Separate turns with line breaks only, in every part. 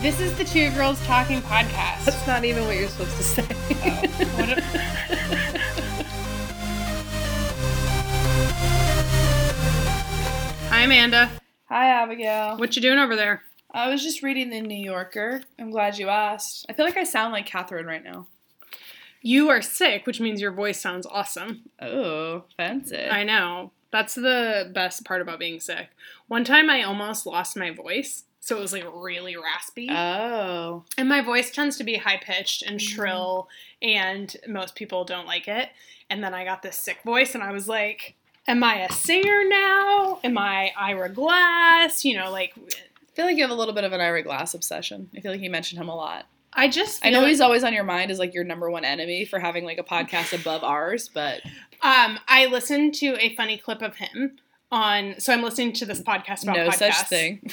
This is the Two Girls Talking podcast.
That's not even what you're supposed to say.
What a- Hi, Amanda.
Hi, Abigail.
What you doing over there?
I was just reading The New Yorker. I'm glad you asked. I feel like I sound like Catherine right now.
You are sick, which means your voice sounds awesome.
Oh, fancy.
I know. That's the best part about being sick. One time I almost lost my voice, so it was like really raspy.
Oh.
and my voice tends to be high pitched and
Mm-hmm.
shrill, and most people don't like it. And then I got this sick voice, and I was like, Am I a singer now? Am I Ira Glass? You know, like,
I feel like you have a little bit of an Ira Glass obsession. I feel like you mentioned him a lot.
I just.
I know
feel-
he's always on your mind as like your number one enemy for having like a podcast above ours, but
Um, I listened to a funny clip of him on. So I'm listening to this podcast about
no such
podcasts.
thing.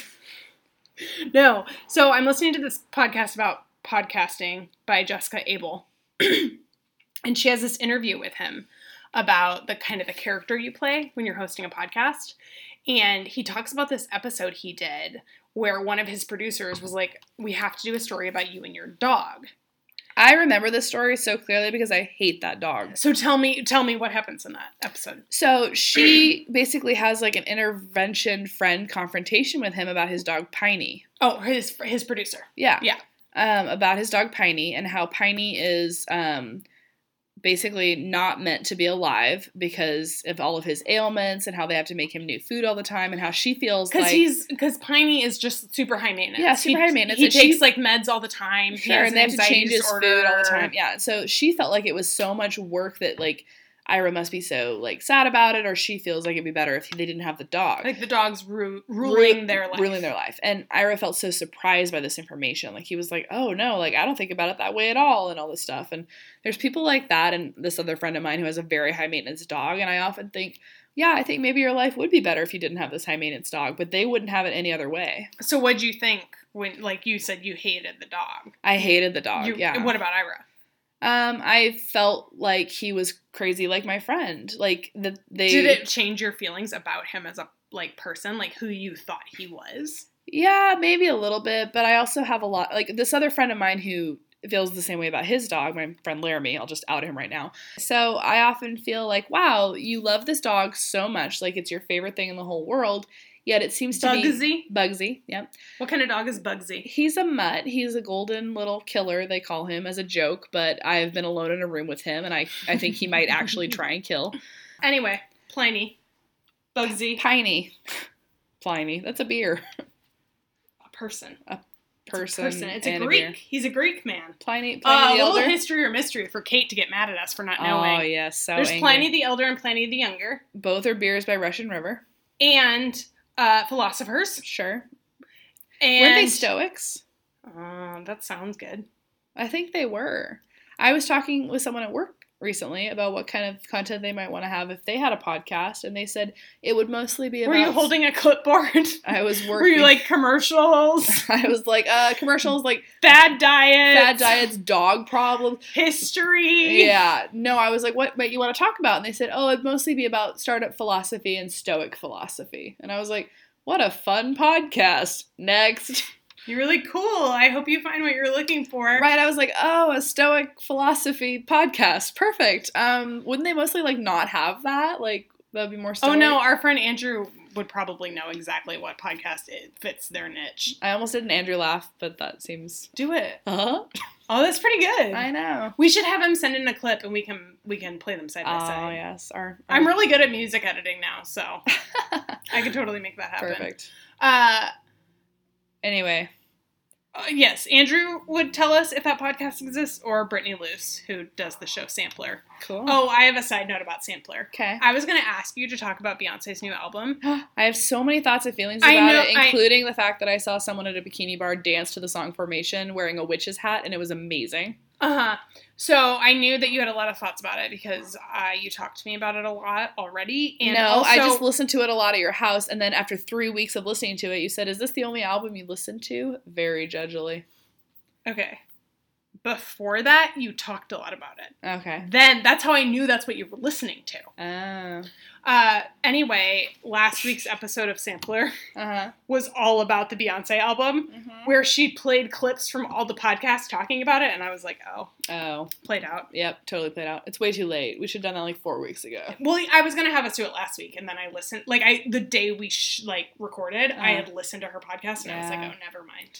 No. So I'm listening to this podcast about podcasting by Jessica Abel. and she has this interview with him about the kind of the character you play when you're hosting a podcast. And he talks about this episode he did where one of his producers was like, We have to do a story about you and your dog.
I remember this story so clearly because I hate that dog.
So tell me tell me what happens in that episode.
So she basically has like an intervention friend confrontation with him about his dog Piney.
Oh, his his producer.
Yeah.
Yeah.
Um, about his dog Piney and how Piney is um, basically not meant to be alive because of all of his ailments and how they have to make him new food all the time and how she feels
Because
like
he's because Piney is just super high maintenance.
Yeah, super
He-
high maintenance,
He
and she-
takes like meds all the time. He
sure,
has
and
an
they have to
anxiety
change his food all the
disorder.
time. Yeah. So she felt like it was so much work that like Ira must be so like sad about it, or she feels like it'd be better if they didn't have the dog.
like the dog's ru-
Ru-
ruling their life.
Ruling their life. And Ira felt so surprised by this information. Like he was like, "Oh no, like I don't think about it that way at all," and all this stuff. And there's people like that, and this other friend of mine who has a very high maintenance dog. And I often think, yeah, I think maybe your life would be better if you didn't have this high maintenance dog, but they wouldn't have it any other way.
So what'd you think when, like you said, you hated the dog?
I hated the dog.
you,
yeah.
and What about Ira?
um, I felt like he was crazy, like my friend, like that they
Did it change your feelings about him as a like person, like who you thought he was?
Yeah, maybe a little bit, but I also have a lot like this other friend of mine who feels the same way about his dog, my friend Laramie, I'll just out him right now. So I often feel like, wow, you love this dog so much, like it's your favorite thing in the whole world, yet it seems to be
Bugsy.
Bugsy, yep.
What kind of dog is Bugsy?
He's a mutt. He's a golden little killer, they call him as a joke, but I've been alone in a room with him and I, I think he might actually try and kill.
Anyway, Pliny, Bugsy,
Piney. Pliny. That's a beer.
a person, It's a
Person.
person. It's a
and
Greek.
beer.
He's a Greek man.
Pliny, Pliny
Uh, a
the
little
Elder.
history or mystery for Kate to get mad at us for not
Oh
knowing.
yes, so
There's
angry.
Pliny the Elder and Pliny the Younger,
Both are beers by Russian River.
and uh, philosophers.
Sure.
And
Weren't they Stoics?
Uh, that sounds good.
I think they were. I was talking with someone at work recently about what kind of content they might want to have if they had a podcast, and they said it would mostly be about.
Were you holding a clipboard?
I was working.
Were you like commercials,
I was like uh, commercials, like
bad diet,
bad diets, dog problems.
history?
Yeah, no, I was like, what might you want to talk about? And they said, oh, it'd mostly be about startup philosophy and Stoic philosophy. And I was like, what a fun podcast. Next.
You're really cool. I hope you find what you're looking for.
Right, I was like, oh, a Stoic philosophy podcast, perfect. Um, wouldn't they mostly like not have that? Like that'd be more. Stoic.
Oh no, our friend Andrew would probably know exactly what podcast it fits their niche.
I almost did an Andrew laugh, but that seems.
Do it.
Uh-huh.
Oh, that's pretty good.
I know.
we should have him send in a clip and we can we can play them side by
Oh
side.
yes, our, our-
I'm really good at music editing now, so I could totally make that happen.
perfect.
Uh
Anyway,
Uh, yes, Andrew would tell us if that podcast exists, or Brittany Luce, who does the show Sampler.
cool.
Oh, I have a side note about Sampler.
okay.
I was going to ask you to talk about Beyonce's new album.
I have so many thoughts and feelings
I
about
know-
it,
I-
including the fact that I saw someone at a bikini bar dance to the song Formation wearing a witch's hat, and it was amazing.
Uh huh. So I knew that you had a lot of thoughts about it because uh, you talked to me about it a lot already. And
no,
also,
I just listened to it a lot at your house, and then after three weeks of listening to it, you said, "Is this the only album you listened to?" Very judgily.
okay. before that, you talked a lot about it.
Okay.
Then that's how I knew that's what you were listening to.
Oh.
Uh, anyway, last week's episode of Sampler
Uh-huh.
was all about the Beyonce album,
Mm-hmm.
where she played clips from all the podcasts talking about it, and I was like, oh,
Oh.
played out.
Yep, totally played out. It's way too late. We should have done that like four weeks ago.
Well, I was gonna have us do it last week, and then I listened. Like I, the day we sh- like recorded, I
Uh.
had listened to her podcast, and I was like,
Yeah.
oh, never mind.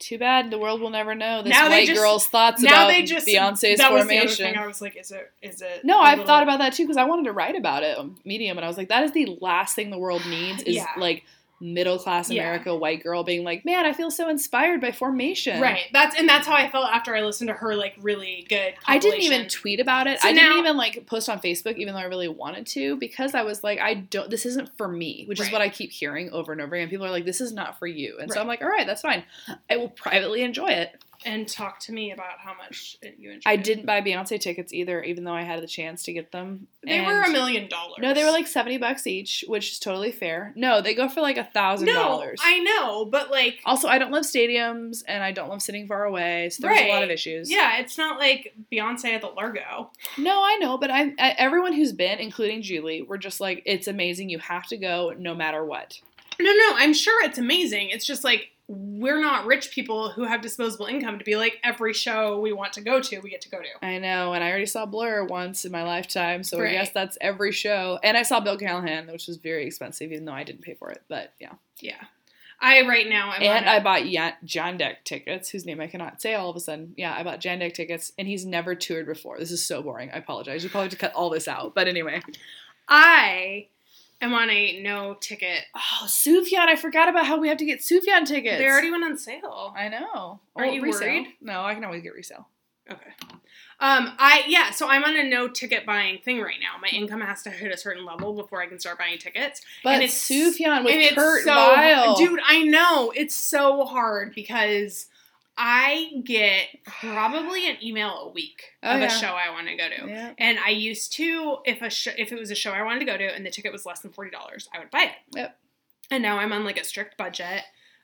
Too bad the world will never know this
Now they
white
just-
girl's thoughts
now
about
they just
Beyonce's
that was the other
formation.
thing. I was like, is it? Is it?
No,
a
I've
little-
thought about that too because I wanted to write about it on Medium, and I was like, that is the last thing the world needs is
Yeah.
like middle class
Yeah.
America white girl being like, man, I feel so inspired by formation.
Right. That's and that's how I felt after I listened to her like really good.
I didn't even
compilation.
tweet about it.
So
I didn't
now-
even like post on Facebook, even though I really wanted to, because I was like, I don't. This isn't for me, which is
Right.
what I keep hearing over and over again. People are like, this is not for you, and so
Right.
I'm like, all right, that's fine. I will privately enjoy it.
and talk to me about how much it- you enjoyed.
I
it.
didn't buy Beyonce tickets either, even though I had the chance to get them.
They
And-
were a million dollars.
No, they were like seventy bucks each, which is totally fair. No, they go for like a thousand
no.
dollars.
I know, but like,
Also, I don't love stadiums and I don't love sitting far away, so there's a lot of
Right.
issues.
yeah, it's not like Beyonce at the Largo.
No, I know, but I, I everyone who's been, including Julie, we're just like, it's amazing. You have to go no matter what.
No, no, I'm sure it's amazing. It's just like we're not rich people who have disposable income to be like every show we want to go to, we get to go to.
I know, and I already saw Blur once in my lifetime, so I
Right.
guess that's every show. And I saw Bill Callahan, which was very expensive, even though I didn't pay for it. But yeah,
Yeah. I right now I'm
and
on a-
I bought Jan- Jandek tickets, whose name I cannot say all of a sudden. Yeah, I bought Jandek tickets, and he's never toured before. This is so boring. I apologize. You probably have to cut all this out, but anyway.
I am on a no ticket.
Oh, Sufjan! I forgot about how we have to get Sufjan tickets.
They already went on sale.
I know.
Aren't you
resale.
worried?
No, I can always get resale.
Okay. Um, I yeah, so I'm on a no ticket buying thing right now. My income has to hit a certain level before I can start buying tickets.
But
And
it's
it's-
Sufjan with Kurt
so
Vile.
dude, I know it's so hard because I get probably an email a week
Oh,
of
yeah.
a show I want to go to.
Yeah.
And I used to, if a sh- if it was a show I wanted to go to and the ticket was less than forty dollars, I would buy it.
Yep.
And now I'm on like a strict budget,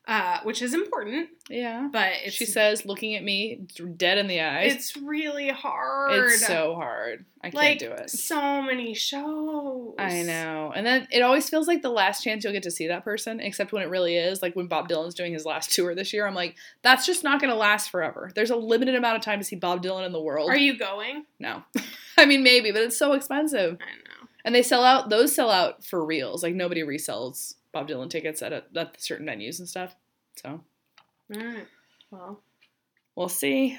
uh, which is important,
Yeah.
but it's
she says, looking at me dead in the eyes.
it's really hard.
It's so hard. I can't
like
do it.
so many shows.
I know. And then it always feels like the last chance you'll get to see that person, except when it really is. Like when Bob Dylan's doing his last tour this year, I'm like, that's just not going to last forever. There's a limited amount of time to see Bob Dylan in the world.
Are you going?
No. I mean, maybe, but it's so expensive.
I know.
And they sell out, those sell out for reals. Like nobody resells Bob Dylan tickets at, a, at certain venues and stuff. So
All right. Well,
we'll see.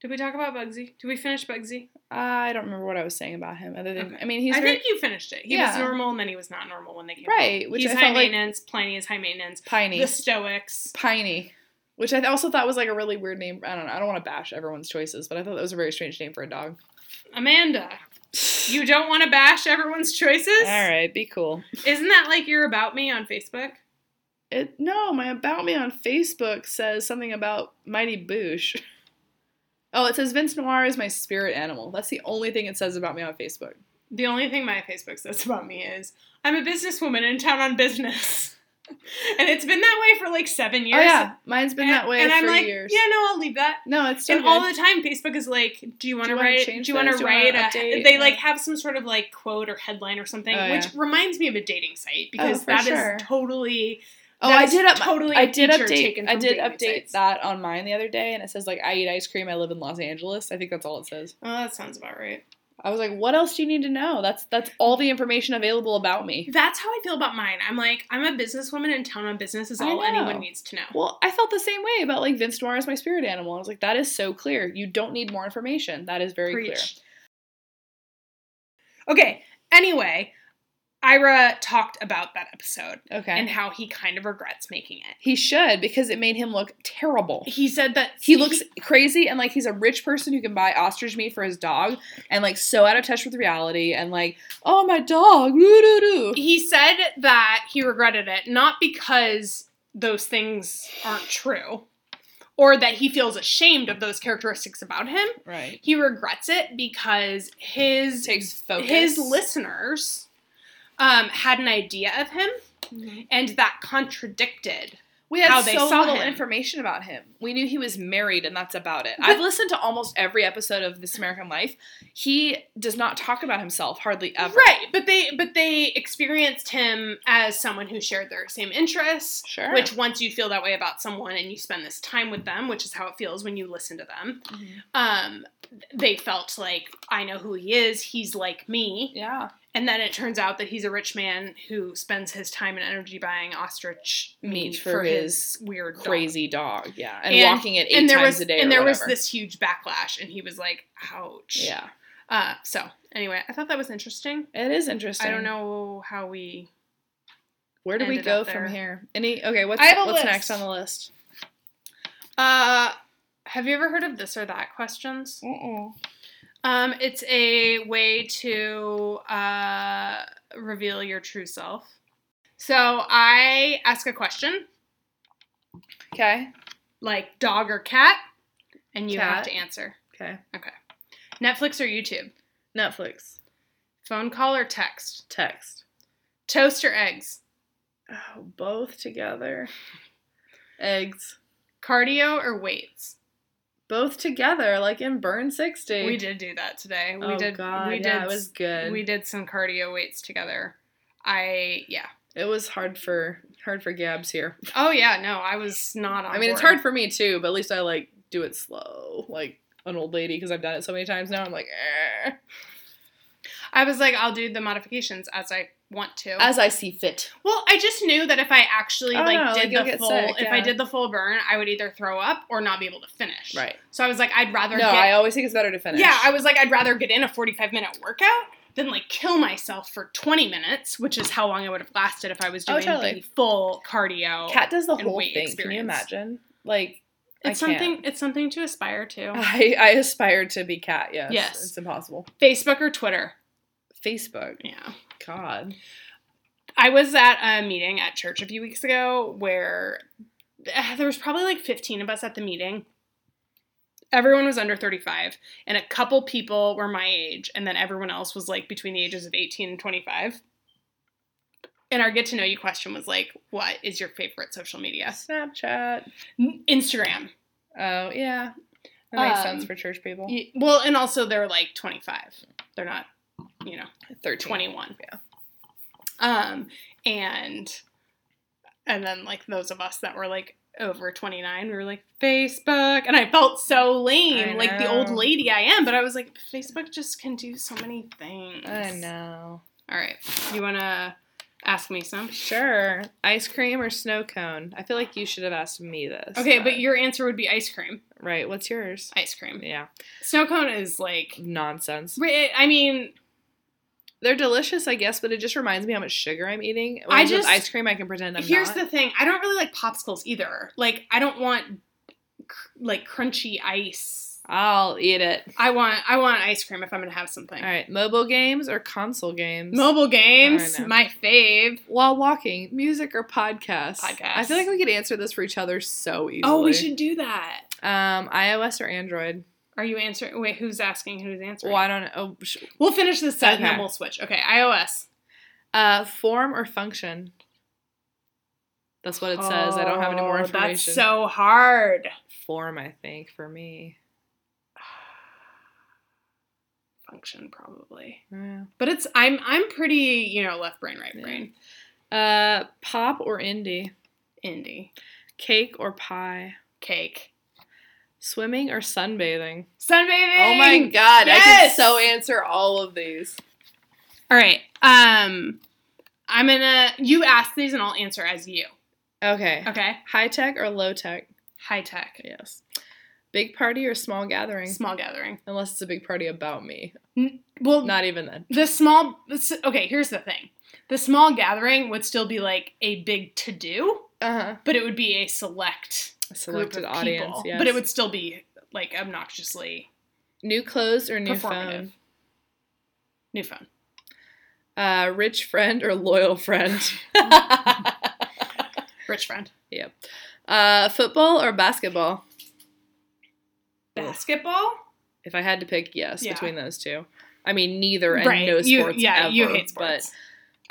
did we talk about Bugsy? Did we finish Bugsy?
I don't remember what I was saying about him. Other than,
Okay.
I mean, he's
I
very
think you finished it. He
Yeah.
was normal, and then he was not normal when they came.
Right,
out.
which
he's
I
high
felt like-
maintenance. Pliny is high maintenance.
piney.
The Stoics.
Piney, which I also thought was like a really weird name. I don't know. I don't want to bash everyone's choices, but I thought that was a very strange name for a dog.
Amanda, you don't want to bash everyone's choices.
All right, be cool.
Isn't that like you're about me on Facebook?
It, no, my about me on Facebook says something about Mighty Boosh. Oh, it says Vince Noir is my spirit animal. That's the only thing it says about me on Facebook. Oh,
The only thing my Facebook says about me is I'm a businesswoman in town on business, and it's been that way for like seven years.
Oh yeah, mine's been
And-
that way
and
for
I'm like,
years.
yeah, no, I'll leave that.
No, it's still
and all
good.
the time facebook is like do you want
Do you wanna
to write
change
do you want
this? Do
to
you wanna
write a
update?
they
Yeah.
like have some sort of like quote or headline or something
Oh,
which
yeah. Oh,
reminds me of a dating site because
for
that is
sure.
totally
Oh,
that
I
is
did up,
totally
I
a
did
feature
update.
taken
I
from
did
dating
update
sites.
that on mine the other day, and it says like I eat ice cream. I live in Los Angeles. I think that's all it says.
oh that sounds about right
I was like, what else do you need to know? That's that's all the information available about me.
that's how i feel about mine i'm like i'm a businesswoman in town on business is
I
all
know.
anyone needs to know
Well, I felt the same way about like Vince Noir is my spirit animal. I was like, that is so clear. You don't need more information. That is very clear.
Preach. okay anyway ira talked about that episode
Okay.
and how he kind of regrets making it
he should because it made him look terrible.
he said that
He looks crazy and like he's a rich person who can buy ostrich meat for his dog and like so out of touch with reality and like, oh my dog, woo doo doo.
He said that he regretted it, not because those things aren't true or that he feels ashamed of those characteristics about him.
Right.
He regrets it because his
Takes focus.
his Mm-hmm. listeners um, had an idea of him and that contradicted
We had
how they
so
saw
little
him.
information about him. We knew he was married, and that's about it. I've listened to almost every episode of This American Life. He does not talk about himself hardly ever.
Right, but they but they experienced him as someone who shared their same interests.
Sure.
Which once you feel that way about someone and you spend this time with them, which is how it feels when you listen to them,
Mm-hmm.
um, they felt like I know who he is. He's like me.
yeah,
And then it turns out that he's a rich man who spends his time and energy buying ostrich meat, for, his, weird dog.
crazy dog. Yeah, and,
And-
walking it eight
and there
times
was
a day.
and
or
there was
whatever.
this huge backlash, and he was like, "Ouch."
Yeah,
Uh, so anyway, I thought that was interesting.
it is interesting.
I don't know how we.
Where do we
ended
go
up there.
from here? Any? Okay, what's
I have a
what's
list.
next on the list?
Uh, have you ever heard of this or that questions?
Mm-mm.
Um, it's a way to uh, reveal your true self. So I ask a question
Okay.
like dog or cat, and you have
Cat.
to answer.
Okay.
Netflix or YouTube?
Netflix.
Phone call or text?
Text.
Toast or eggs?
Oh, both together. Eggs.
Cardio or weights?
Both together, like in Burn 60.
We did do that today. We
oh,
did.
God.
we did.
yeah, it was good.
We did some cardio weights together. I yeah.
It was hard for hard for Gabs here.
Oh yeah. No, I was not on.
I mean, it's
board.
hard for me too, but at least I like do it slow, like an old lady, because I've done it so many times now. I'm like, "Eh."
I was like, I'll do the modifications as I want to.
as I see fit.
well, I just knew that if I actually
Oh,
like
no, like,
did
you'll
the
get
full,
sick,
if I
yeah.
did the full burn, I would either throw up or not be able to finish.
Right.
So I was like, I'd rather.
No,
get,
I always think it's better to finish.
Yeah, I was like, I'd rather get in a 45 minute workout than like kill myself for 20 minutes, which is how long I would have lasted if I was
Oh,
doing
totally.
the full cardio.
Cat does the
Oh, and
whole
weight
thing. Can you
experience.
imagine? Like, I
it's
can't.
something. It's something to aspire to.
I I aspire to be cat. Yes.
Yes.
It's impossible.
Facebook or Twitter.
Facebook.
Yeah.
God.
I was at a meeting at church a few weeks ago where eh, there was probably like 15 of us at the meeting. Everyone was under 35, and a couple people were my age, and then everyone else was like between the ages of 18 and 25. And our get to know you question was like, what is your favorite social media?
Snapchat.
N- Instagram.
Oh yeah. That makes
Um,
sense for church people.
Y- Well, and also they're like 25. They're not, you know,
13.
21. Um, and and then like those of us that were like over 29, we were like Facebook, and I felt so lame,
I
like the old
know.
lady I am. But I was like, Facebook just can do so many things.
I know.
All right, you wanna ask me some?
Sure. Ice cream or snow cone? I feel like you should have asked me this.
Okay, but your answer would be ice cream.
right. What's yours?
Ice cream.
uh, Yeah.
Snow cone is like,
Nonsense.
ri- I mean,
They're delicious, I guess, but it just reminds me how much sugar I'm eating. When
I
I just
just-
ice cream. I can pretend I'm
here's
not.
the thing: I don't really like popsicles either. Like, I don't want cr- like crunchy ice
I'll eat it.
I want I want ice cream if I'm gonna have something.
All right. Mobile games or console games?
Mobile games,
I know.
my fave.
While walking, music or podcasts.
Podcasts.
I feel like we could answer this for each other so easily.
Oh, we should do that.
Um, iOS or Android?
Are you answering? Wait, who's asking? Who's answering?
Well, I don't know. Oh, sh-
We'll finish this set and then
Okay.
we'll switch. Okay, iOS.
Uh, form or function? That's what it says. I don't have any more
Oh,
information.
That's so hard.
form, I think, for me.
Function probably,
Yeah.
but it's I'm I'm pretty you know left brain right
Yeah.
brain
Uh, pop or indie?
indie
Cake or pie?
cake
Swimming or sunbathing?
sunbathing.
Oh my god, I can
Yes!
so answer all of these.
All right. Um, I'm gonna you ask these and I'll answer as you.
Okay.
Okay.
High tech or low tech?
High tech,
Yes. Big party or small gathering?
small gathering.
Unless it's a big party about me.
Well,
Not even then.
the small this- okay here's the thing the small gathering would still be like a big to do
Uh-huh.
but it would be a select group
Selected
of
audience,
people
yes.
but it would still be like obnoxiously
new clothes or new
performative
phone?
new phone
Uh, rich friend or loyal friend? Uh,
rich friend
Yep. Uh, football or basketball? Ugh.
basketball
If I had to pick, yes,
Yeah.
between those two. I mean, neither and
right
no
you,
sports
yeah you
ever,
hate sports
But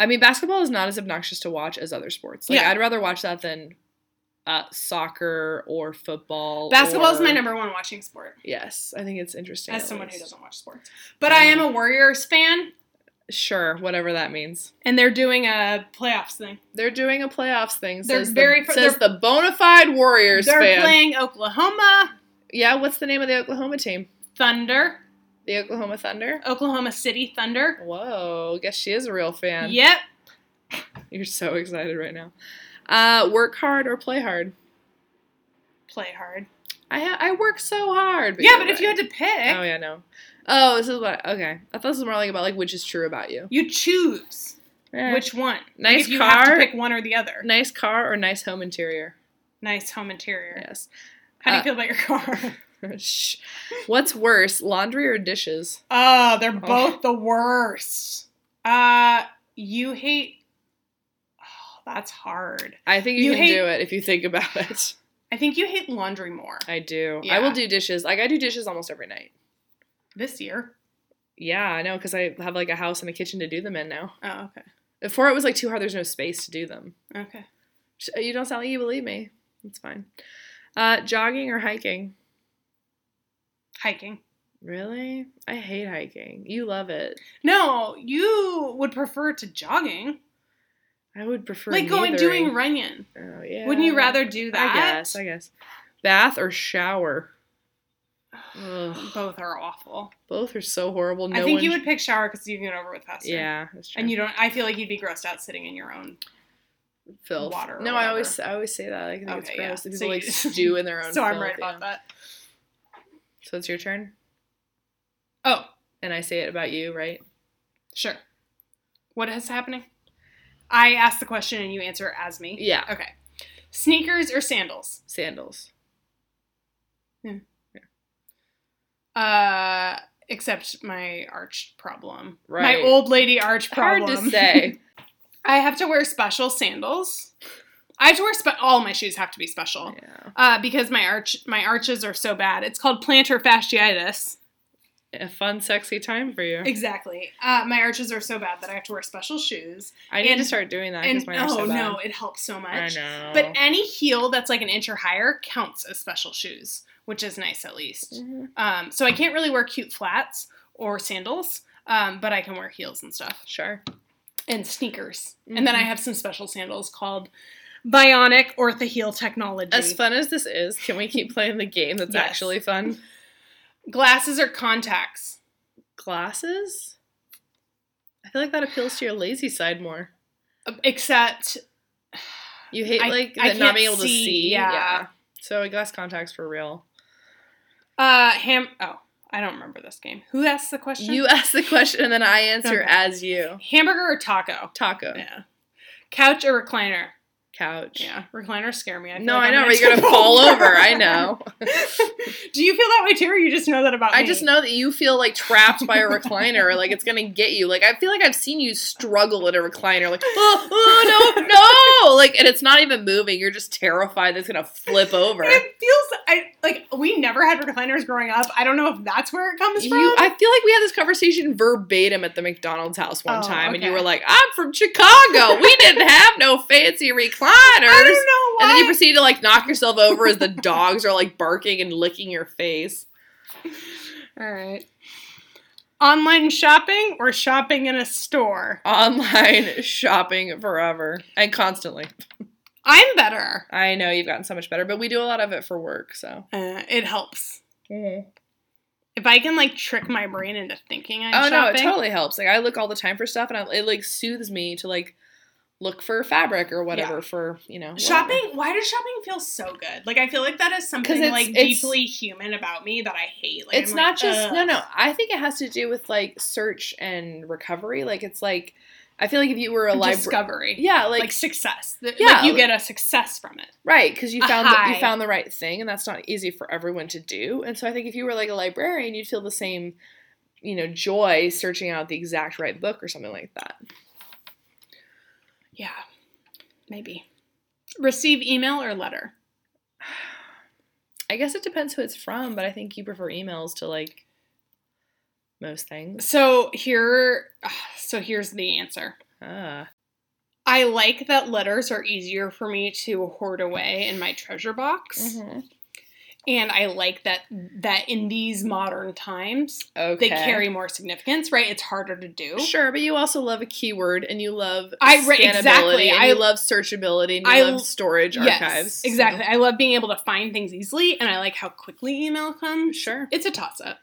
I mean, basketball is not as obnoxious to watch as other sports. Like
Yeah.
I'd rather watch that than uh, soccer or football.
Basketball is
or-
my number one watching sport
Yes, I think it's interesting.
as
at
someone who
least.
doesn't watch sports. But I am a Warriors fan,
Sure, whatever that means.
and they're doing a playoffs thing.
They're doing a playoffs thing.
They're
says
very-
the, says the bona fide Warriors
they're
fan.
playing Oklahoma
yeah, what's the name of the Oklahoma team?
Thunder,
The Oklahoma Thunder.
Oklahoma City
Oh,
Thunder.
Whoa, guess she is a real fan.
Yep,
You're so excited right now. Uh, work hard or play hard.
play hard.
I ha- I work so hard.
yeah,
you're
but if you
right.
had to pick,
Oh yeah, no. Oh, this is what. Okay, I thought this was more like about like which is true about you.
you choose
Eh.
which one.
nice
if you
car,
have to pick one or the other.
nice car or nice home interior.
Nice home interior.
Yes.
How do you
Uh,
feel about your car?
Shh. What's worse, laundry or dishes?
Oh, they're
Oh.
both the worst. Uh, you hate. Oh, that's hard.
I think you,
You
can
hate-
do it if you think about it.
I think you hate laundry more
I do. I
Yeah.
will do dishes. Like I do dishes almost every night.
this year.
Yeah, I know because I have like a house and a kitchen to do them in now.
Oh, okay,
Before it was like too hard. There's no space to do them.
okay.
Sh- You don't sound like you believe me. It's fine. Uh, jogging or hiking?
Hiking.
Really? I hate hiking. You love it.
No, you would prefer to jogging,
I would prefer
like going
neithering.
doing Runyon.
Oh yeah.
Wouldn't you rather do
I
that?
guess. I guess. Bath or shower? Ugh.
Both are awful.
Both are so horrible. No
I think
one
you would pick shower because you can get over with faster.
Yeah, that's true.
And you don't. I feel like you'd be grossed out sitting in your own.
filth.
water or
No, I
whatever.
always I always say that. Like, I think it's
Okay, yeah.
gross. that
So
People like
you-
stew in their own.
So I'm
filth,
right
yeah.
about that.
So it's your turn,
Oh,
and I say it about you, right?
Sure. What is happening? I ask the question and you answer as me.
Yeah,
Okay. Sneakers or sandals?
sandals.
Uh, except my arch problem.
Right.
My old lady arch problem.
Hard to say.
I have to wear special sandals. I have to wear spe- all my shoes have to be special.
yeah.
Uh, because my arch my arches are so bad. It's called plantar fasciitis.
A fun, sexy time for you.
Exactly. Uh, my arches are so bad that I have to wear special shoes.
I need to
and-
start doing that
And
because mine are
oh
so bad.
no, it helps so much.
I know.
But any heel that's like an inch or higher counts as special shoes, which is nice at least.
Mhm.
Um, so I can't really wear cute flats or sandals, um, but I can wear heels and stuff
sure.
and sneakers. And then I
Mhm.
have some special sandals called Bionic Ortho Heel Technology.
As fun as this is, can we keep playing the game that's
Yes.
actually fun?
Glasses or contacts?
Glasses. I feel like that appeals to your lazy side more.
um, Except
You hate
I-
like
I
that not
can't
being able to
see,
see.
yeah.
So glass contacts for real.
uh, ham. Oh, I don't remember this game. Who asked the question?
You ask the question and then I answer
Okay.
as you.
Hamburger or taco?
Taco.
Yeah. Couch or recliner?
Couch.
Yeah, recliners scare me. I feel
No,
like
I
I'm
know,
gonna
right? You're gonna
tip
fall over. I know.
Do you feel that way too, or you just know that about me?
I just know that you feel like trapped by a recliner, or like it's gonna get you. Like I feel like I've seen you struggle at a recliner, like oh, oh, no, no, like and it's not even moving. You're just terrified that it's gonna flip over.
It feels I like we never had recliners growing up. I don't know if that's where it comes from.
You, I feel like we had this conversation verbatim at the McDonald's house one
Oh,
time, and you
okay.
were like, "I'm from Chicago. We didn't have no fancy
I
recliners."
don't know why.
And then you proceed to like knock yourself over as the dogs are like barking and licking your face.
All right. Online shopping or shopping in a store?
Online shopping forever and constantly.
I'm better.
I know you've gotten so much better, but we do a lot of it for work, so.
Uh, it helps Mm-hmm. if I can like trick my brain into thinking I'm
Oh no, it
shopping.
totally helps. Like I look all the time for stuff, and I, it like soothes me to like look for fabric or whatever for you know
Shopping, why does shopping feel so good? Like I feel like that is something
'Cause it's-
like
it's-
deeply human about me that I hate. Like
it's
I'm
not
like,
just
ugh.
no no i think it has to do with like search and recovery like it's like i feel like if you were a library
discovery.
yeah
like,
like,
success. Th-
Yeah,
like you
like-
get a success from it.
right because you
a
found the, you
high.
found the right thing and that's not easy for everyone to do and so i think if you were like a librarian you'd feel the same you know joy searching out the exact right book or something like that
Yeah, maybe. Receive email or letter.
i guess it depends who it's from but i think you prefer emails to like most things
So here, ah, so here's the answer.
ah
I like that letters are easier for me to hoard away in my treasure box.
Mm-hmm.
And I like that that in these modern times
Okay.
they carry more significance, right? It's harder to do.
Sure, but you also love a keyword and you love
I re-
scannability
exactly,
and
I-
you love searchability and you
I l-
love storage archives. so-
exactly. I love being able to find things easily, and I like how quickly email comes.
Sure.
It's a toss up.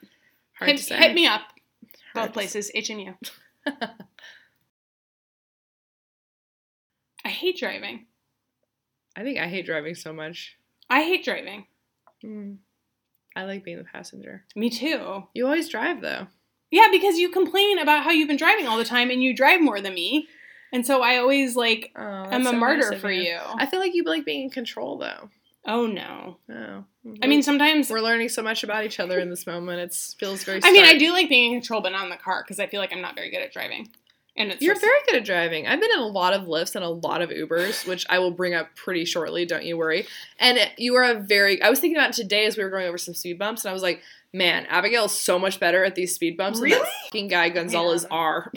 Hard
Hit,
to say.
hit me up.
Hard
Both
to
places, H and U. I hate driving.
I think I hate driving so much. Mm.
I hate driving.
I like being the passenger.
Me too.
You always drive though.
Yeah, because you complain about how you've been driving all the time and you drive more than me. And so I always like
Oh,
am a martyr for you.
I feel like you like being in control though.
oh no.
Oh.
I mean sometimes
we're learning so much about each other in this moment. It feels very.
I mean I
stark.
do like being in control but not in the car because I feel like I'm not very good at driving. And it's
You're
just-
very good at driving. I've been in a lot of lifts and a lot of Ubers, which I will bring up pretty shortly. Don't you worry. And you are a very. I was thinking about it today as we were going over some speed bumps, and I was like, man, Abigail's so much better at these speed bumps than
Really?
that fucking guy Gonzalez
Man.
R.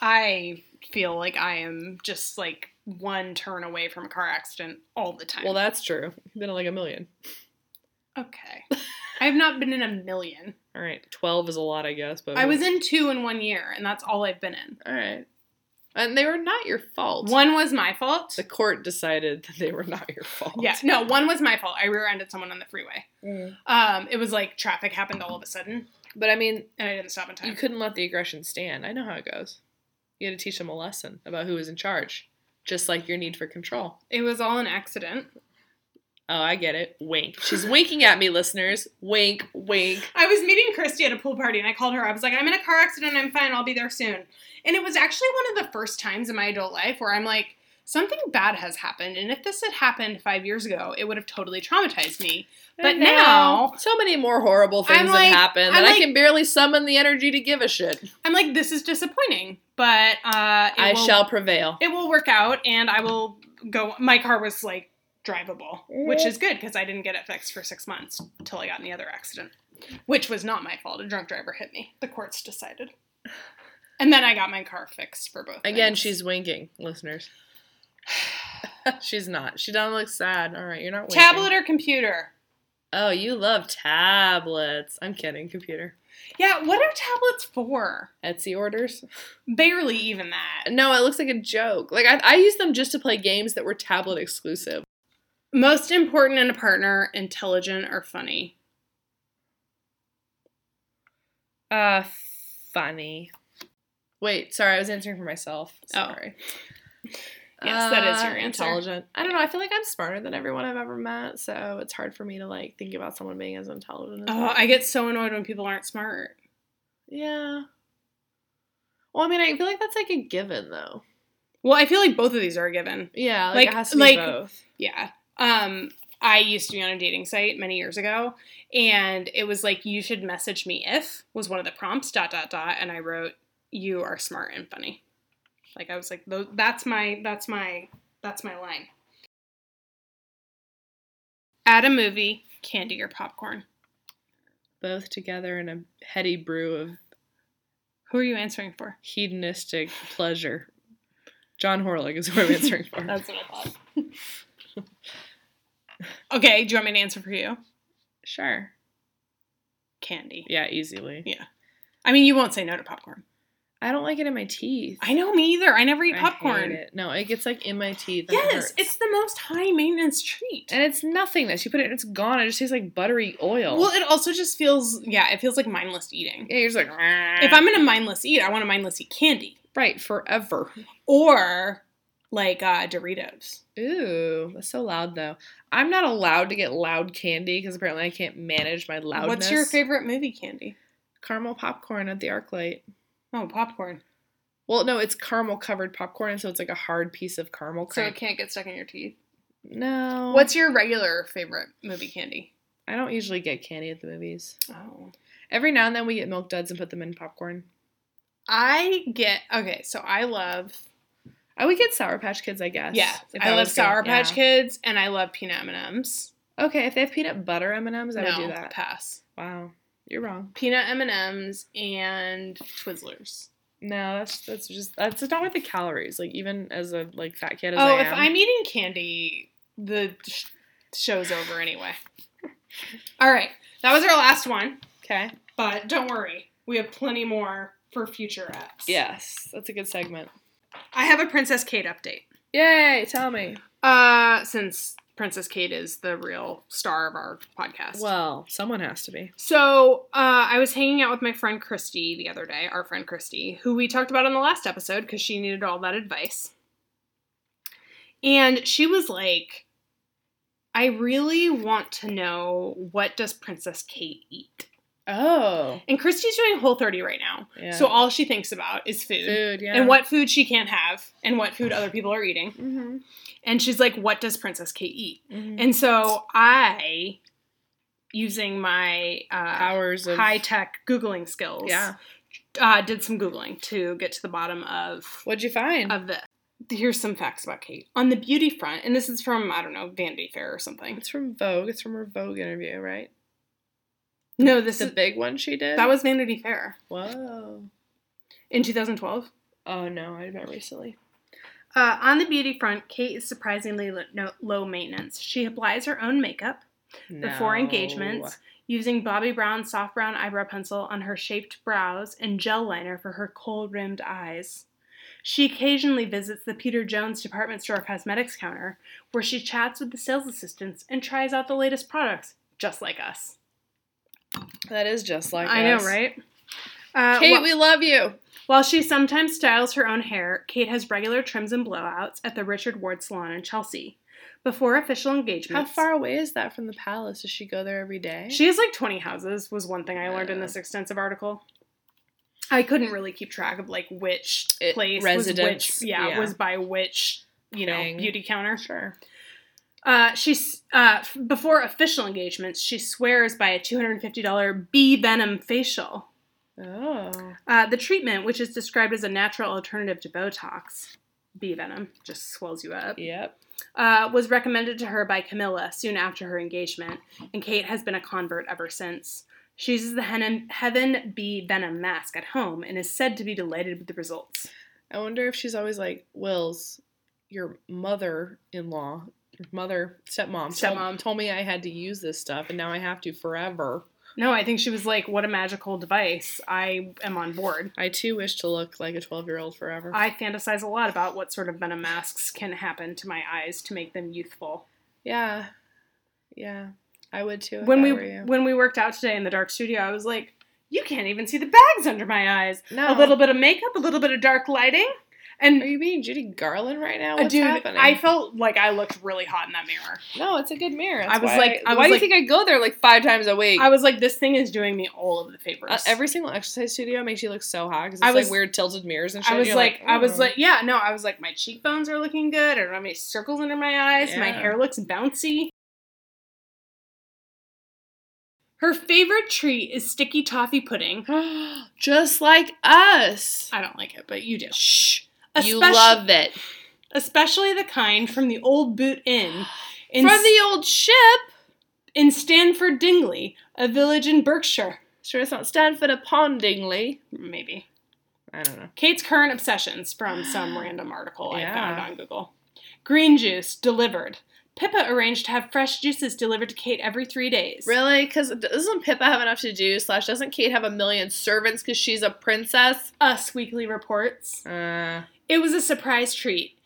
I feel like I am just like one turn away from a car accident all the time.
Well, that's true. I've been in like a million.
Okay. I have not been in a million.
All right, twelve is a lot, I guess. But
I was in two in one year, and that's all I've been in.
All right, and they were not your fault.
One was my fault.
The court decided that they were not your fault.
Yeah, no, one was my fault. I rear-ended someone on the freeway. Um, it was like traffic happened all of a sudden,
But I mean,
and I didn't stop in time.
You couldn't let the aggression stand. I know how it goes. You had to teach them a lesson about who was in charge, just like your need for control.
It was all an accident.
Oh, I get it. Wink. She's winking at me, listeners. Wink, wink.
I was meeting Christy at a pool party, and I called her. I was like, "I'm in a car accident. I'm fine. I'll be there soon." And it was actually one of the first times in my adult life where I'm like, something bad has happened, and if this had happened five years ago, it would have totally traumatized me. But
And
now-
so many more horrible things
I'm like-
have happened that
I'm like-
I can barely summon the energy to give a shit.
I'm like, this is disappointing, but uh, it
I
will-
shall prevail.
It will work out, and I will go. My car was like drivable, which is good because I didn't get it fixed for six months until I got in the other accident, which was not my fault. A drunk driver hit me. The courts decided, and then I got my car fixed for both.
Again,
things.
she's winking, listeners. she's not. She doesn't look sad. All right, you're not winking.
tablet or computer.
Oh, you love tablets. I'm kidding, computer.
Yeah, what are tablets for?
Etsy orders.
Barely even that.
No, it looks like a joke. Like I, I used them just to play games that were tablet exclusive.
Most important in a partner: intelligent or funny.
Uh, funny. Wait, sorry, I was answering for myself.
Oh.
Sorry.
Yes, that is your
Uh,
answer.
Intelligent. I don't know. I feel like I'm smarter than everyone I've ever met, so it's hard for me to like think about someone being as intelligent. As
Oh, I get so annoyed when people aren't smart.
Yeah. Well, I mean, I feel like that's like a given, though.
Well, I feel like both of these are a given.
Yeah, like,
Like-
it has to be
like-
both.
Yeah. Um, I used to be on a dating site many years ago, and it was like, you should message me if was one of the prompts, dot, dot, dot. And I wrote, you are smart and funny. Like, I was like, tho- that's my, that's my, that's my line. At a movie, candy or popcorn.
Both together in a heady brew of
Who are you answering for?
hedonistic pleasure. John Horlick is who I'm answering for.
That's what I thought. okay, do you want me to answer for you?
sure.
Candy.
Yeah, easily.
I mean, you won't say no to popcorn.
I don't like it in my teeth.
I know me either. I never eat
I hate
popcorn.
it. No, it gets like in my teeth. and it
Yes,
hurts.
it's the most high maintenance treat.
and it's nothingness. You put it, and it's gone. It just tastes like buttery oil.
Well, it also just feels yeah, it feels like mindless eating.
yeah, you're just like
If I'm gonna mindless eat, I want to mindless eat candy
right forever.
or like uh, Doritos.
Ooh, that's so loud though. I'm not allowed to get loud candy because apparently I can't manage my loudness.
What's your favorite movie candy?
caramel popcorn at the ArcLight?
Oh, popcorn.
Well, no, it's caramel covered popcorn, so it's like a hard piece of caramel
So
cream.
it can't get stuck in your teeth.
no,
What's your regular favorite movie candy?
I don't usually get candy at the movies.
Oh,
Every now and then we get milk duds and put them in popcorn.
I get okay. So I love
I would get Sour Patch Kids, I guess.
yeah,
if
I love
was gonna-
Sour Patch
yeah.
Kids and I love peanut M and M's.
Okay, if they have peanut butter M and M's, I
No,
would do that.
pass.
Wow, you're wrong.
Peanut M and M's and Twizzlers.
No, that's that's just that's just not worth the calories. Like even as a like fat kid as
Oh,
I
if
am.
I'm eating candy, the sh- show's over anyway. All right, that was our last one,
okay.
but don't worry, we have plenty more for future apps.
Yes, that's a good segment.
I have a Princess Kate update.
Yay! Tell me.
Uh, since Princess Kate is the real star of our podcast.
Well, someone has to be.
So uh, I was hanging out with my friend Christy the other day, our friend Christy, who we talked about on the last episode because she needed all that advice. And she was like, I really want to know what does Princess Kate eat?
Oh.
And Christy's doing Whole 30 right now.
Yeah.
So all she thinks about is food.
food. Yeah.
And what food she can't have, and what food other people are eating.
Mm-hmm.
And she's like, What does Princess Kate eat?
And
And so I, using my uh,
hours of
high tech Googling skills.
Yeah.
Uh, did some Googling to get to the bottom of,
What'd you find?
of this. Here's some facts about Kate. On the beauty front, and this is from, I don't know, Vanity Fair or something.
it's from Vogue. It's from her Vogue interview, right?
No, this
the
is,
big one she did.
that was Vanity Fair
Whoa.
in 2012.
Oh no, I did that recently.
Uh, on the beauty front, Kate is surprisingly lo- no, low maintenance. She applies her own makeup before engagements, using Bobbi Brown soft brown eyebrow pencil on her shaped brows and gel liner for her cold rimmed eyes. She occasionally visits the Peter Jones department store cosmetics counter, where she chats with the sales assistants and tries out the latest products, just like us.
That is just like
I
us.
know, right? Uh,
Kate,
wha-
we love you.
while she sometimes styles her own hair, Kate has regular trims and blowouts at the Richard Ward Salon in Chelsea. Before official
How
engagements,
far away is that from the palace? Does she go there every day?
She has like 20 houses, was one thing I learned in
Yeah.
this extensive article. I couldn't really keep track of like which
It-
place was
residence,
which, yeah,
yeah.
was by which, you know,
Thing.
beauty counter.
sure.
Uh, she's uh, f- before official engagements, she swears by a $250 bee venom facial.
Oh.
Uh, the treatment, which is described as a natural alternative to Botox, bee venom just swells you up
Yep.
uh, was recommended to her by Camilla soon after her engagement, and Kate has been a convert ever since. She uses the Henem- Heaven Bee Venom mask at home and is said to be delighted with the results.
I wonder if she's always like, Wills, your mother in law, your mother, stepmom,
Stepmom.
Told, told me I had to use this stuff and now I have to forever.
No, I think she was like, What a magical device. I am on board.
I too wish to look like a 12 year old forever.
I fantasize a lot about what sort of venom masks can happen to my eyes to make them youthful.
yeah. Yeah. I would too. If
When
I
we
were you.
when we worked out today in the dark studio, I was like, you can't even see the bags under my eyes.
no.
A little bit of makeup, a little bit of dark lighting, and
Are you being Judy Garland right now?
Uh,
What's
Dude,
Oh, happening?
I felt like I looked really hot in that mirror.
no, it's a good mirror.
I
That's
was
why
like- I
why
was
do
like-
you think I go there like five times a week?
I was like, this thing is doing me all of the favors.
Uh, every single exercise studio makes you look so hot because it's
I was-
like weird tilted mirrors and shit.
I was
You're
like, I was
"Mm."
like, yeah, no, I was like, my cheekbones are looking good. I don't have any circles under my eyes. My
Yeah.
hair looks bouncy. Her favorite treat is sticky toffee pudding.
just like us.
I don't like it, but you do.
Shh, you
Especially-
love it
especially the kind from the old boot inn in,
from the old ship.
in Stanford Dingley, a village in Berkshire.
Sure, it's not Stanford upon Dingley.
Maybe.
I don't know.
Kate's current obsessions from some random article I
Yeah.
found on Google. Green juice delivered. Pippa arranged to have fresh juices delivered to Kate every three days.
Really? Because doesn't Pippa have enough to do? Slash, doesn't Kate have a million servants because she's a princess?
Us Weekly reports.
Uh,
It was a surprise treat.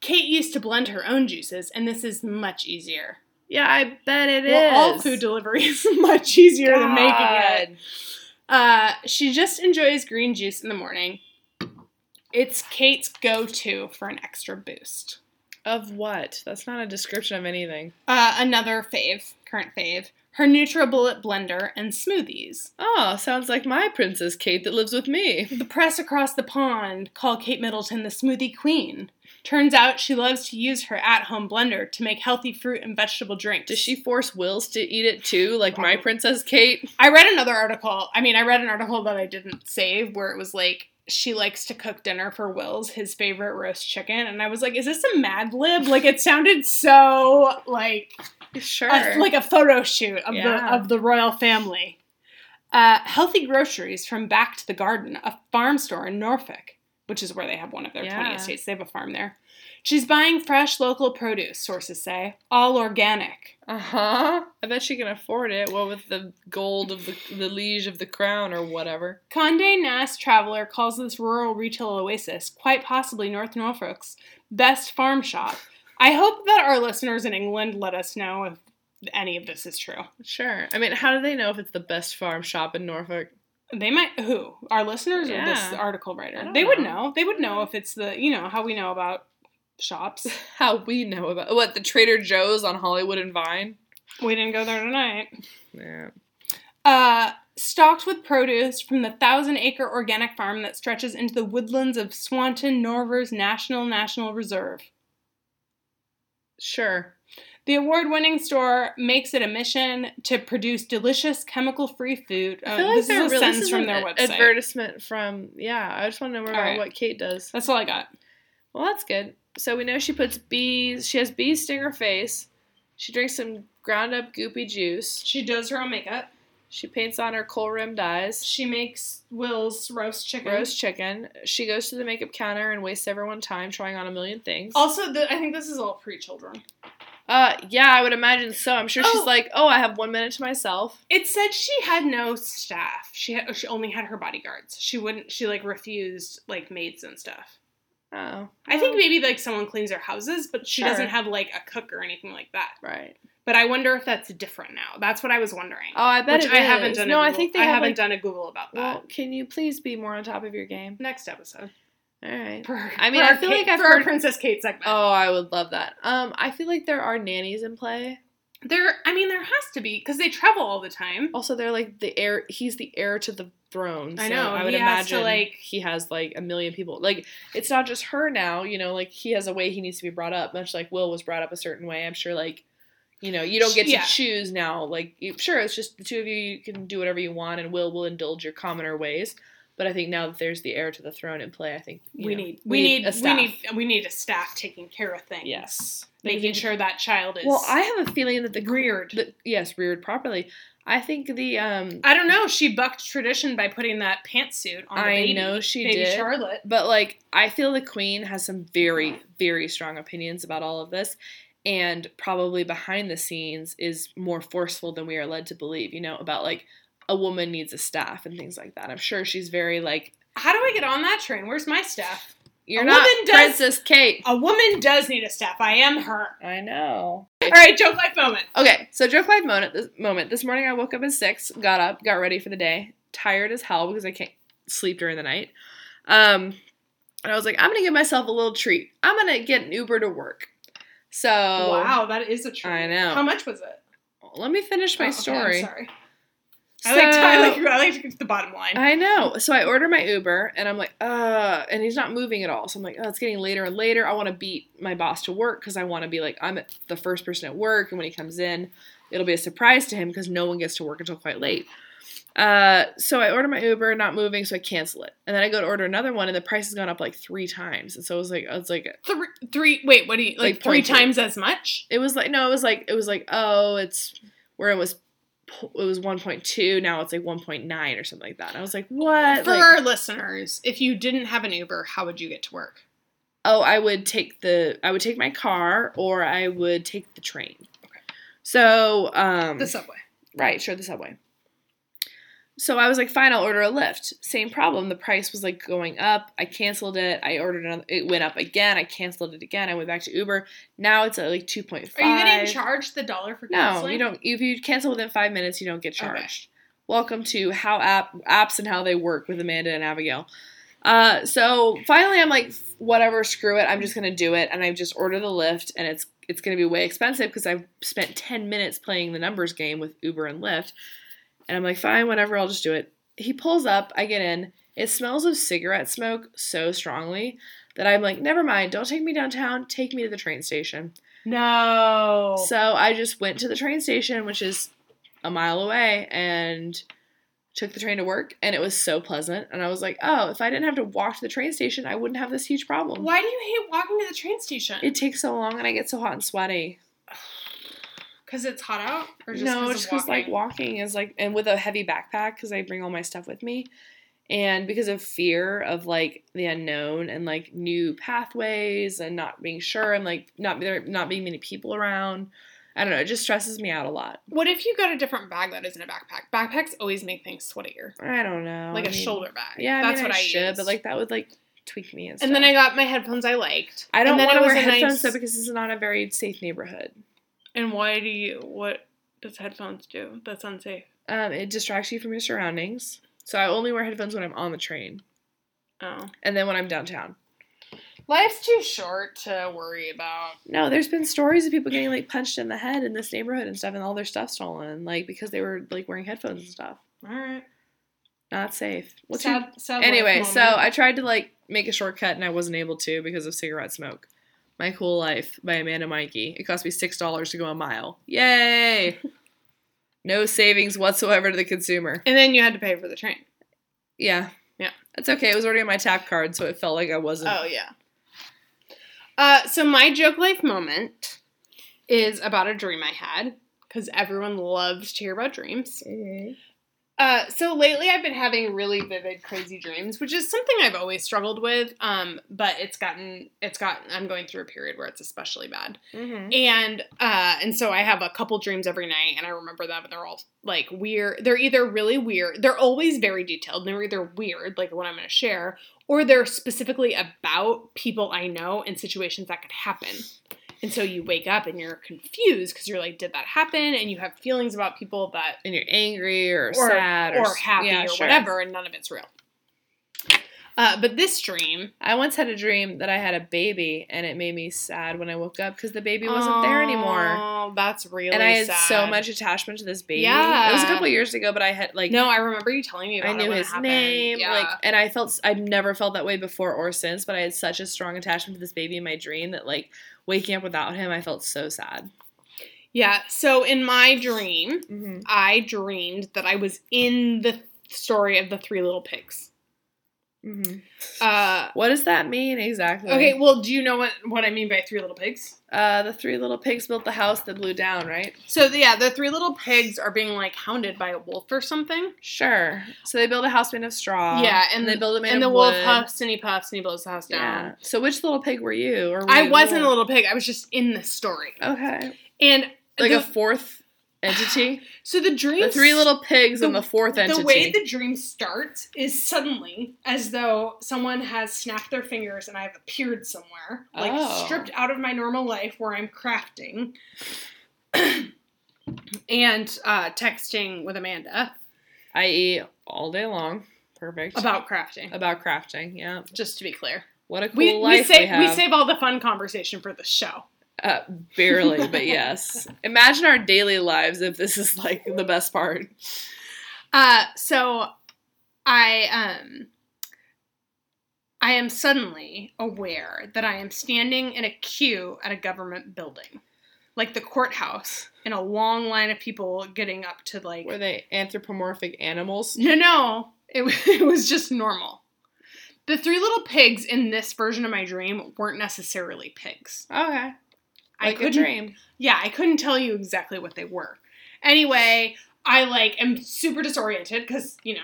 Kate used to blend her own juices, and this is much easier.
yeah, I bet it is.
Well, all food delivery is much easier than making
God.
it. Uh, she just enjoys green juice in the morning. It's Kate's go to for an extra boost.
Of what? That's not a description of anything.
Uh, another fave, current fave, her NutriBullet blender and smoothies.
Oh, sounds like my princess Kate that lives with me.
The press across the pond call Kate Middleton the smoothie queen. Turns out she loves to use her at-home blender to make healthy fruit and vegetable drinks.
Does she force Wills to eat it too, like my princess Kate?
I read another article. I mean, I read an article that I didn't save where it was like she likes to cook dinner for Will's, his favorite roast chicken, and I was like, is this a Mad Lib? Like it sounded so like
Sure.
a- like a photo shoot of
Yeah.
the of the royal family. Uh, healthy groceries from Back to the Garden, a farm store in Norfolk, which is where they have one of their 20
Yeah.
estates. They have a farm there. She's buying fresh local produce, sources say, all organic.
Uh huh. I bet she can afford it. What with the gold of the the liege of the crown or whatever.
Condé Nast Traveler calls this rural retail oasis, quite possibly North Norfolk's best farm shop. I hope that our listeners in England let us know if any of this is true.
Sure. I mean, how do they know if it's the best farm shop in Norfolk?
They might who our listeners or this
Yeah.
article writer.
don't
They would
know.
know. They would know if it's the you know how we know about shops.
How we know about what the Trader Joe's on Hollywood and Vine?
we didn't go there tonight.
Yeah.
Uh, stocked with produce from the thousand acre organic farm that stretches into the woodlands of Swanton Norvers National National Reserve.
Sure.
The award winning store makes it a mission to produce delicious chemical free food.
I
Uh,
feel like
this is
they're
a
really-
sentence
is
from
an
their
ad-
website.
Advertisement from yeah. I just want to know more
All
about
right.
what Kate does.
That's all I got.
Well, that's good. So we know she puts bees. She has bees sting her face. She drinks some ground up goopy juice.
She does her own makeup.
She paints on her coal rimmed eyes.
She makes Will's roast chicken.
roast chicken. She goes to the makeup counter and wastes everyone time trying on a million things.
Also, the, I think this is all pre children.
uh, yeah, I would imagine so. I'm sure
Oh.
she's like, oh, I have one minute to myself.
It said she had no staff. She had, she only had her bodyguards. She wouldn't. She like refused like maids and stuff.
Oh,
I think maybe like someone cleans her houses, but she
Sure.
doesn't have like a cook or anything like that.
right.
But I wonder if that's different now. That's what I was wondering.
Oh, I bet
Which
it
I haven't
is.
done.
No,
I
I think they
I
have,
haven't
like-
done a Google about that.
Well, can you please be more on top of your game?
Next episode.
All right.
For,
I mean,
for
I
our
feel
Kate-
like I've
for our
heard-
Princess Kate segment.
Oh, I would love that. Um, I feel like there are nannies in play.
There, I mean, there has to be because they travel all the time.
Also, they're like the heir. He's the heir to the throne.
I
so
know,
I would
he has to,
imagine
like-
he has like a million people. Like it's not just her now. You know, like he has a way he needs to be brought up. Much like Will was brought up a certain way. I'm sure. Like you know, you don't get to
Yeah.
choose now. Like you, sure, it's just the two of you. You can do whatever you want, and Will will indulge your commoner ways. But I think now that there's the heir to the throne in play, I think you
we
know,
need, we need,
a
we
staff.
need, we need a staff taking care of things.
yes,
making sure that child is
Well, I have a feeling that the
reared.
the- yes reared properly. I think the um
I don't know. She bucked tradition by putting that pantsuit on the
I
baby.
know she
baby
did.
Charlotte.
But like, I feel the queen has some very, very strong opinions about all of this, and probably behind the scenes is more forceful than we are led to believe. You know about like a woman needs a staff and things like that. I'm sure she's very like
How do I get on that train? Where's my staff?
you're
A
not
woman does-
Princess Kate.
A woman does need a staff. I am her.
I know.
All right, joke life moment.
Okay, so joke life moment. This moment. This morning I woke up at six, got up, got ready for the day, tired as hell because I can't sleep during the night. Um, and I was like, I'm gonna give myself a little treat. I'm gonna get an Uber to work. So
wow, that is a treat.
Oh. I know.
How much was it?
Let me finish
Oh,
my
okay, I'm
story.
sorry. I like, to, I
So-
like I like to get to the bottom line.
I know. So I order my Uber and I'm like, uh, and he's not moving at all. So I'm like, oh, it's getting later and later. I want to beat my boss to work because I want to be like, I'm the first person at work. And when he comes in, it'll be a surprise to him because no one gets to work until quite late. Uh, so I order my Uber, not moving, so I cancel it. And then I go to order another one and the price has gone up like three times. And so it was like, I was like,
three, three. Wait, what do you like?
Like
three
point
times as much.
it was like, no, it was like, it was like, oh, it's where it was. po- It was 1.2. Now it's like 1.9 or something like that. And I was like, "What?"
For
Like-
our listeners, if you didn't have an Uber, how would you get to work?
oh i would take the i would take my car or i would take the train so um
The subway.
right sure the subway so i was like fine i'll order a lift same problem the price was like going up i canceled it i ordered another it went up again i canceled it again i went back to uber now it's at like 2.5
Are you getting charged the dollar for
no
canceling?
you don't if you cancel within five minutes you don't get
Okay.
charged Welcome to how app apps and how they work with Amanda and Abigail. Uh, so finally, I'm like, whatever, screw it. I'm just gonna do it, and I just order the Lyft, and it's it's gonna be way expensive because I've spent ten minutes playing the numbers game with Uber and Lyft, and I'm like, fine, whatever, I'll just do it. He pulls up, I get in. It smells of cigarette smoke so strongly that I'm like, never mind, don't take me downtown, take me to the train station.
No.
So I just went to the train station, which is a mile away, and took the train to work. And it was so pleasant. And I was like, oh, if I didn't have to walk to the train station, I wouldn't have this huge problem.
Why do you hate walking to the train station?
It takes so long, and I get so hot and sweaty.
Because it's hot out, or just
no,
no,
just because like walking is like, and with a heavy backpack because I bring all my stuff with me, and because of fear of like the unknown and like new pathways and not being sure and like not there not being many people around. I don't know. It just stresses me out a lot.
What if you got a different bag that isn't a backpack? Backpacks always make things sweatier,
I don't know.
like
a
a shoulder bag.
Yeah,
that's what I,
should,
use.
but like that would like tweak me and stuff.
and then I got my headphones I liked.
I don't
and then
want
it
to wear
was a nice-
headphones though because it's not a very safe neighborhood.
And why do you? What does headphones do? That's unsafe.
Um, it distracts you from your surroundings. So I only wear headphones when I'm on the train
Oh,
and then when I'm downtown.
life's too short to worry about.
No, there's been stories of people getting like punched in the head in this neighborhood and stuff and all their stuff stolen, like because they were like wearing headphones and stuff.
All right.
Not safe. What's your
sad, sad life
Anyway, so
moment.
I tried to like make a shortcut and I wasn't able to because of cigarette smoke. My Cool Life by Amanda Mikey. It cost me six dollars to go a mile. Yay! no savings whatsoever to the consumer.
and then you had to pay for the train.
Yeah.
Yeah.
That's okay. It was already on my tap card, so it felt like I wasn't.
Oh yeah. Uh, so my joke life moment is about a dream I had because everyone loves to hear about dreams.
Mm-hmm.
Uh, so lately, I've been having really vivid, crazy dreams, which is something I've always struggled with. Um, but it's gotten it's gotten I'm going through a period where it's especially bad, and uh, and so I have a couple dreams every night, and I remember them, and they're all like weird. They're either really weird. They're always very detailed. And they're either weird, like what I'm going to share, or they're specifically about people I know and situations that could happen. And so you wake up and you're confused because you're like, did that happen? And you have feelings about people that
And you're angry or,
Or-
sad or,
or happy
yeah,
or
sure.
whatever, and none of it's real. Uh, but this dream,
I once had a dream that I had a baby and it made me sad when I woke up because the baby wasn't there anymore.
Oh, that's really
and I had
sad.
so much attachment to this baby. It was a
Yeah.
couple years ago, but I had like
No, I remember you telling me. About
I
it
knew
when it
his
happened.
name,
Yeah.
like, and I felt I've never felt that way before or since. But I had such a strong attachment to this baby in my dream that, like, waking up without him, I felt so sad.
yeah. So in my dream,
Mm-hmm.
I dreamed that I was in the story of the Three Little Pigs.
mm-hmm.
Uh,
What does that mean exactly?
okay. Well, do you know what what I mean by Three Little Pigs?
uh, the three little pigs built the house that blew down, right?
So the- yeah, the Three Little Pigs are being like hounded by a wolf or something.
Sure. So they build a house made of straw.
Yeah, and
they
the-
build it made
and
of
the wolf
wood.
huffs and he puffs and he blows the house down.
Yeah. So which little pig were you? Or were
I
you
wasn't a
wolf?
little pig. I was just in the story.
Okay.
And
Like
the,
a fourth entity.
so the dream,
the three little pigs and
the-
the fourth entity.
the way the dream starts is suddenly as though someone has snapped their fingers and I've appeared somewhere, like
Oh.
stripped out of my normal life where I'm crafting and uh, texting with Amanda
I eat all day long. Perfect.
about crafting.
about crafting. Yeah,
Just to be clear,
what a cool
we
life
we
we,
save we,
have.
save all the fun conversation for the show.
uh, barely, but yes. Imagine our daily lives if this is like the best part.
Uh, so I um I am suddenly aware that I am standing in a queue at a government building, like the courthouse, in a long line of people getting up to like
Were they anthropomorphic animals?
no no it wa- it was just normal. The three little pigs in this version of my dream weren't necessarily pigs.
Okay,
I
like a
couldn't
dream.
yeah, I couldn't tell you exactly what they were. Anyway, I like am super disoriented because you know,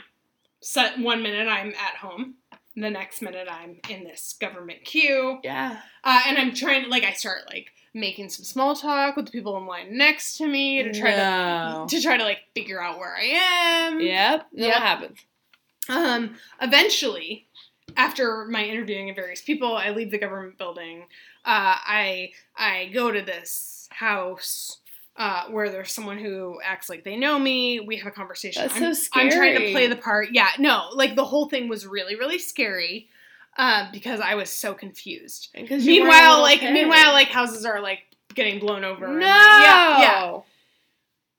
so- one minute I'm at home, the next minute I'm in this government queue,
Yeah,
uh, and I'm trying to like I start like making some small talk with the people in line next to me to try
No.
to to try to like figure out where I am.
Yep. Then
Yep.
What happens?
Um, eventually, after my interviewing of various people, I leave the government building. Uh, I I go to this house uh, where there's someone who acts like they know me. We have a conversation.
That's
I'm,
so
I'm trying to
scary.
play the part. Yeah, no, like the whole thing was really really scary uh, because I was so confused.
Because you were a
Meanwhile,
little
like
pig.
meanwhile, like houses are like getting blown over.
no,
and, like, yeah, yeah.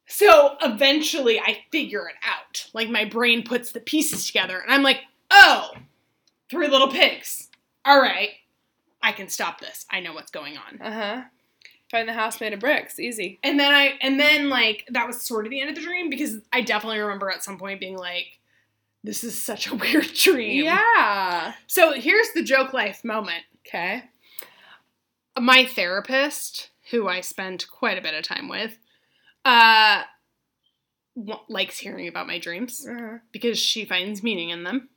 So eventually I figure it out. Like my brain puts the pieces together and I'm like, oh, three little pigs. All right, I can stop this. I know what's going on.
Uh huh. Find the house made of bricks. Easy.
And then I, and then like that was sort of the end of the dream because I definitely remember at some point being like, this is such a weird dream.
Yeah.
So here's the joke life moment.
Okay.
My therapist, who I spend quite a bit of time with, uh, wa- likes hearing about my dreams
Uh-huh.
because she finds meaning in them,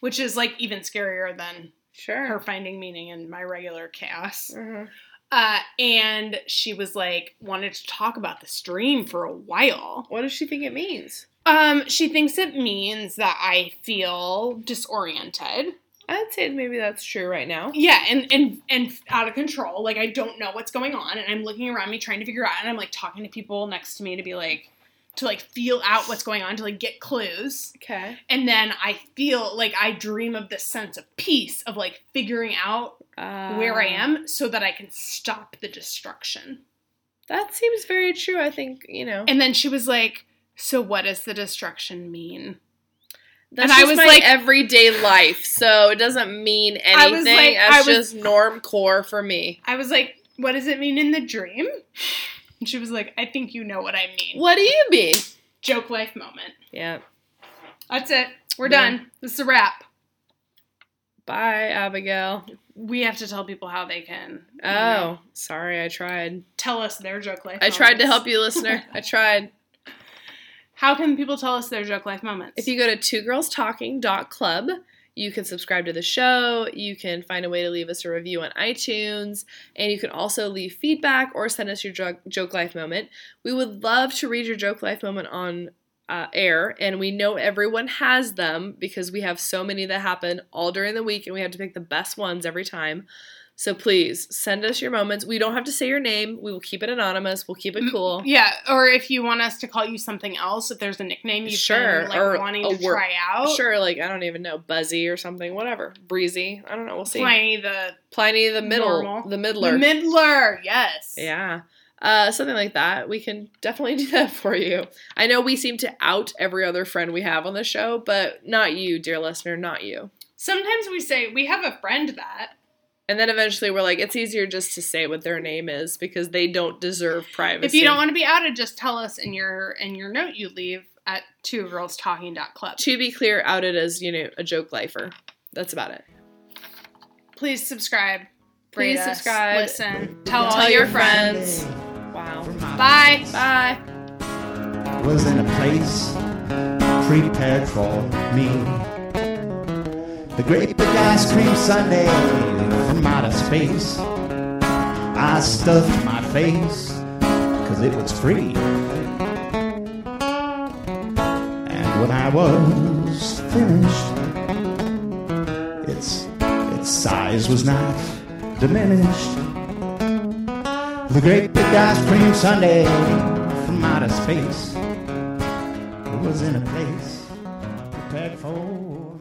which is like even scarier than
Sure.
her finding meaning in my regular chaos.
Uh-huh.
Uh, and she was like, wanted to talk about this dream for a while.
What does she think it means?
Um, she thinks it means that I feel disoriented.
I'd say maybe that's true right now.
Yeah, and and and out of control. Like I don't know what's going on, and I'm looking around me trying to figure out, and I'm like talking to people next to me to be like, to like feel out what's going on, to like get clues.
Okay.
And then I feel like I dream of this sense of peace of like figuring out
Uh,
where I am so that I can stop the destruction.
That seems very true. I think, you know.
And then she was like, "So what does the destruction mean?"
That's
And I
just
was
my
like-
everyday life, so it doesn't mean
I was
anything.
like-
That's
I was-
just norm core for me.
I was like, "What does it mean in the dream?" And she was like, "I think you know what I mean."
What do you mean?
Joke life moment.
Yeah.
That's it. We're
Yeah.
done. This is a wrap.
Bye, Abigail.
We have to tell people how they can
Oh, sorry, I tried.
tell us their joke life.
I tried to help you, listener. I tried.
How can people tell us their joke life moments?
If you go to twogirlstalking.club, you can subscribe to the show. You can find a way to leave us a review on iTunes. And you can also leave feedback or send us your joke, joke life moment. We would love to read your joke life moment on uh, air. And we know everyone has them because we have so many that happen all during the week and we have to pick the best ones every time. So please send us your moments. We don't have to say your name. We will keep it anonymous. We'll keep it
Mm,
cool.
yeah, or if you want us to call you something else, if there's a nickname you've
Sure,
been like
or
wanting
a
to
word.
try out,
Sure, like I don't even know, buzzy or something, whatever, breezy. I don't know. We'll see.
Pliny the
Pliny the middle,
Normal.
the
the
middler.
Midler, yes,
yeah. Uh, something like that. We can definitely do that for you. I know we seem to out every other friend we have on the show, but not you, dear listener, not you.
Sometimes we say we have a friend that.
And then eventually we're like, it's easier just to say what their name is because they don't deserve privacy.
If you don't want to be outed, just tell us in your in your note you leave at two girls talking club.
to be clear, outed as you know a joke lifer. That's about it.
Please subscribe.
Please
rate us,
subscribe.
Listen. Tell, all
Tell
your
your
friends.
friends. Wow.
Bye.
Bye.
was in a place prepared for me. The great big ice cream sundae from outer space. I stuffed my face because it was free. And when I was finished, its, its size was not diminished. The great big ice cream sundae from outer space was in a place prepared for.